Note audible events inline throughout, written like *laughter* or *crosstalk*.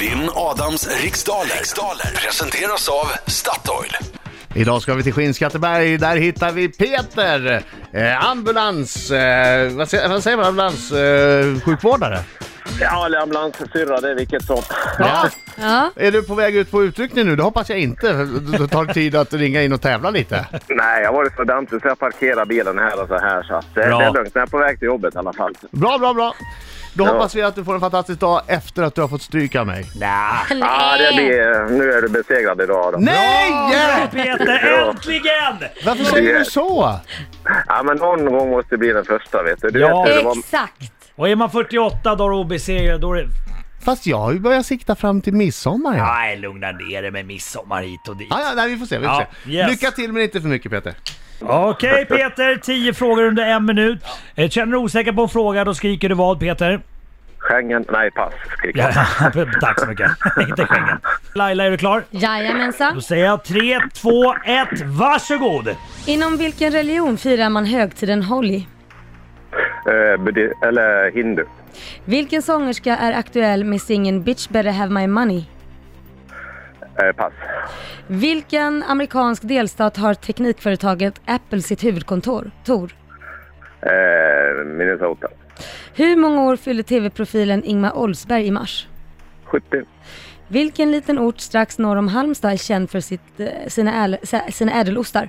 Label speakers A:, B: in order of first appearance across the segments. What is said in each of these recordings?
A: Vinn Adams riksdaler. riksdaler presenteras av Statoil.
B: Idag ska vi till Skinnskatteberg, där hittar vi Peter, eh, ambulans, eh, vad, säger, vad säger man, ambulans, eh, sjukvårdare.
C: Ja, eller ambulanssyrra, det är vilket som.
B: Ja.
D: Ja.
B: Är du på väg ut på utryckning nu? Det hoppas jag inte, för det tar tid att ringa in och tävla lite.
C: *laughs* Nej, jag var varit så dumt så jag parkerar bilen här och så här så att eh, det,
B: Bra.
C: det är lugnt. Jag är på väg till jobbet i alla fall.
B: Bra, bra, bra. Då
C: Ja.
B: hoppas vi att du får en fantastisk dag efter att du har fått stryka mig.
C: Ja, det blir... eh, Nu är du besegrad idag då.
B: Nej!
E: *laughs* Peter, äntligen!
B: Varför säger du så?
C: Ja, men någon gång måste det bli den första, vet du. Du
E: Ja.
C: vet hur det var...
D: Exakt.
E: Och är man 48 då är det obesegrad, då är det...
B: Fast jag har ju börjat sikta fram till midsommar. Ja.
E: Nej, lugna ner dig med midsommar hit och dit.
B: Ah, ja, nej, vi får se. Vi får
E: Ja,
B: se.
E: yes.
B: Lycka till men inte för mycket Peter.
E: Okej Peter, 10 frågor under en minut. Eh, Känner du osäker på en fråga, då skriker du vad Peter?
C: Schengen... Nej, pass. skriker jag.
E: *laughs* Tack så mycket. Inte Schengen. Laila, är du klar? Då
D: Jajamensan.
E: säger jag 3, 2, 1, varsågod!
D: Inom vilken religion firar man högtiden Holi?
C: Eh, budi- eller hindu.
D: Vilken sångerska är aktuell med singeln Bitch better have my money?
C: Eh, pass.
D: Vilken amerikansk delstat har teknikföretaget Apple sitt huvudkontor? Tor.
C: Eh, Minnesota.
D: Hur många år fyllde tv-profilen Ingmar Oldsberg i mars?
C: 70.
D: Vilken liten ort strax norr om Halmstad är känd för sitt, eh, sina, äl, sä- sina ädelostar?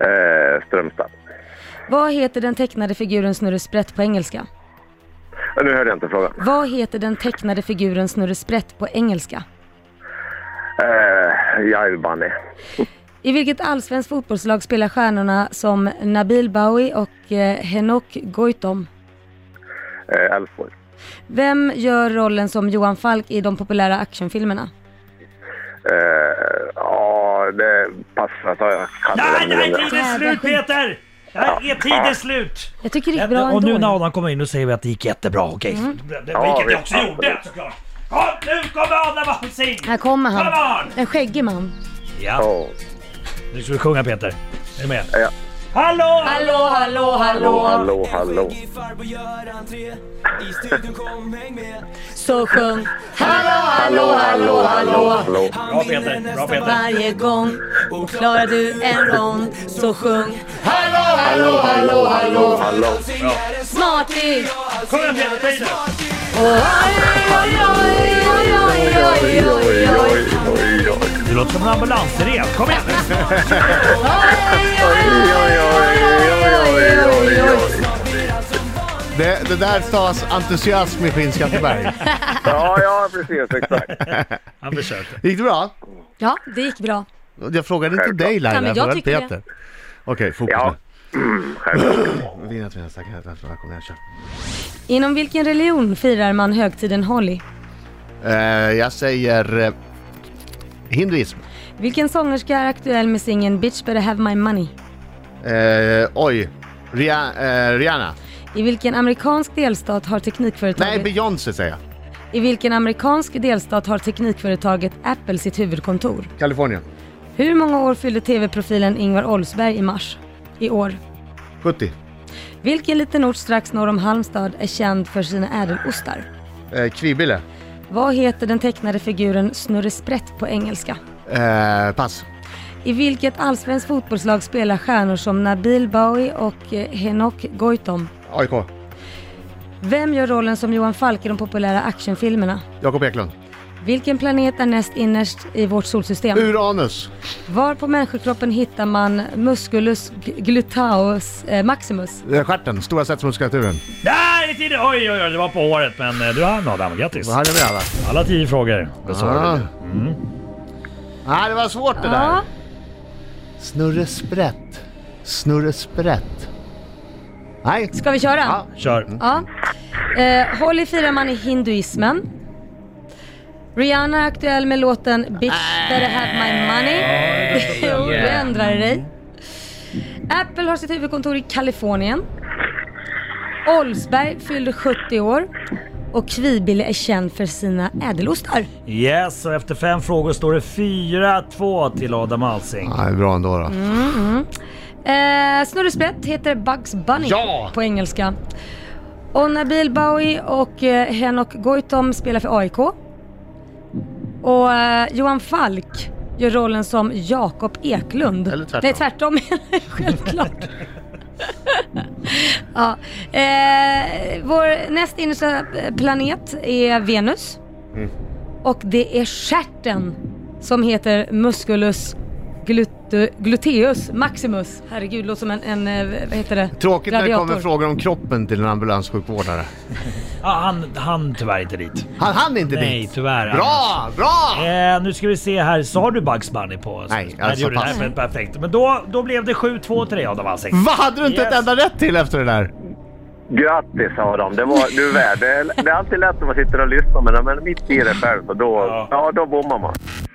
C: Eh, Strömstad.
D: Vad heter den tecknade figuren Snurre Sprätt på engelska?
C: Eh, Nu hörde jag inte frågan.
D: Vad heter den tecknade figuren Snurre Sprätt på engelska?
C: Eh, Jive Bunny.
D: I vilket allsvenskt fotbollslag spelar stjärnorna som Nabil Bahoui och eh, Henok Goitom?
C: Eh, Elfsborg.
D: Vem gör rollen som Johan Falk i de populära actionfilmerna?
C: Eh, Ja, det passar. Så jag kan
E: Nej,
C: det
E: nej,
C: där med
E: tiden är slut Peter! Där är tiden slut!
D: Jag tycker det gick bra
E: och nu
D: ändå. Mm.
E: när Adam kommer in och säger vi att det gick jättebra, okej?
C: Ja,
E: Vilket jag
C: visst.
E: också gjorde såklart. Ja, nu kommer Adam Alsing!
D: Här kommer
E: Come
D: han.
E: on!
D: En skäggig man.
E: Ja,
C: Oh.
E: nu ska vi sjunga Peter. Är du med?
C: Ja.
E: Hallå!
D: Hallå, hallå,
C: Hallå, hallå, hallå.
D: Så sjung. Hallå,
C: Hallå, hallå, hallå.
E: Bra Peter, bra Peter.
D: Varje gång klarar du en rond så sjung
C: Hallå, hallå, hallå, hallå.
D: Smart liv
E: Kom igen Peter, ta i nu.
C: Oj, oj, oj, oj, oj.
E: Du låter som en ambulansrev. Kom igen nu.
C: Oj, oj, oj, oj, oj, oj, oj.
B: Det, det där stavas entusiasm i Skinnskatteberg.
C: Ja, ja, precis, exakt.
E: Han försökte.
B: Gick det bra?
D: Ja, det gick bra.
B: Jag frågade inte dig Laila,
D: Ja, men jag
B: frågade
D: tycker
B: Peter. Okej, fokus
C: Ja.
B: nu. Vinna till nästa kanske. Välkomna, jag kör.
D: Inom vilken religion firar man högtiden Holi?
B: Eh, jag säger eh, hinduism.
D: Vilken sångerska är aktuell med singeln Bitch better have my money?
B: Eh, oj, Ria, eh, Rihanna.
D: I vilken amerikansk delstat har
B: Nej,
D: teknikföretaget...
B: Beyoncé säger jag.
D: I vilken amerikansk delstat har teknikföretaget Apple sitt huvudkontor?
B: Kalifornien.
D: Hur många år fyllde tv-profilen Ingvar Oldsberg i mars i år?
B: 70.
D: Vilken liten ort strax norr om Halmstad är känd för sina ädelostar?
B: Eh, Kvibille.
D: Vad heter den tecknade figuren Snurre Sprätt på engelska?
B: Eh, pass.
D: I vilket allsvenskt fotbollslag spelar stjärnor som Nabil Bahoui och eh, Henok Goitom?
B: AIK.
D: Vem gör rollen som Johan Falk i de populära actionfilmerna?
B: Jakob Eklund.
D: Vilken planet är näst innerst i vårt solsystem?
B: Uranus.
D: Var på människokroppen hittar man Musculus gl- gluteus eh, maximus?
B: Eh, Stjärten. Stora sättsmuskulaturen.
E: Där är tiden! Oj, oj, oj, det var på håret. Men eh, du vann Adam, grattis.
B: Vad hade vi alla?
E: Alla tio frågor
B: Ah.
E: besvarade du.
B: Ah, det var svårt det där.
D: Ja,
B: Snurre Sprätt. Snurre Sprätt. Nej.
D: ska vi köra?
B: Ja.
E: Kör.
C: Mm.
D: Ja. Eh, Holly firar man i hinduismen. Rihanna är aktuell med låten Bitch better have my money. *laughs* Jo, du ändrade dig. Apple har sitt huvudkontor i Kalifornien. Olsberg fyllde 70 år. Och Kvibille är känd för sina ädelostar.
E: Yes, och efter fem frågor står det 4-2 till Adam Alsing.
B: Ah, det är bra ändå då.
D: Eh, Snurresprätt heter Bugs Bunny
B: Ja!
D: på engelska. Och Nabil Bowie och eh, Henok Goitom spelar för AIK. Och eh, Johan Falk gör rollen som Jakob Eklund.
B: Eller tvärtom.
D: Nej, tvärtom *laughs* menar jag självklart. ja. eh, vår näst innersta planet är Venus. Och det är stjärten som heter Musculus glute, gluteus maximus. Herregud, låter som en, en eh, vad heter det?
B: Tråkigt när
D: Radiator.
B: det kommer frågor om kroppen till en ambulanssjukvårdare.
E: Ja, han, han tyvärr inte dit.
B: Han hann inte
E: Nej,
B: dit.
E: tyvärr.
B: Bra, bra!
E: Eh, nu ska vi se här, så har du Bugs Bunny på? oss?
B: Nej,
E: det
B: alltså
E: gjorde du.
B: pass.
E: Nej, men Perfekt. Men då, då blev det 7-2-3 av de här sex.
B: Vad hade du inte
E: Yes.
B: ett enda rätt till efter det där?
C: Grattis sa de. Det var, du är värd. Det, är- det är alltid lätt när man sitter och lyssnar men när man är mitt i det själv så då,
E: Ja.
C: ja. då bommar man.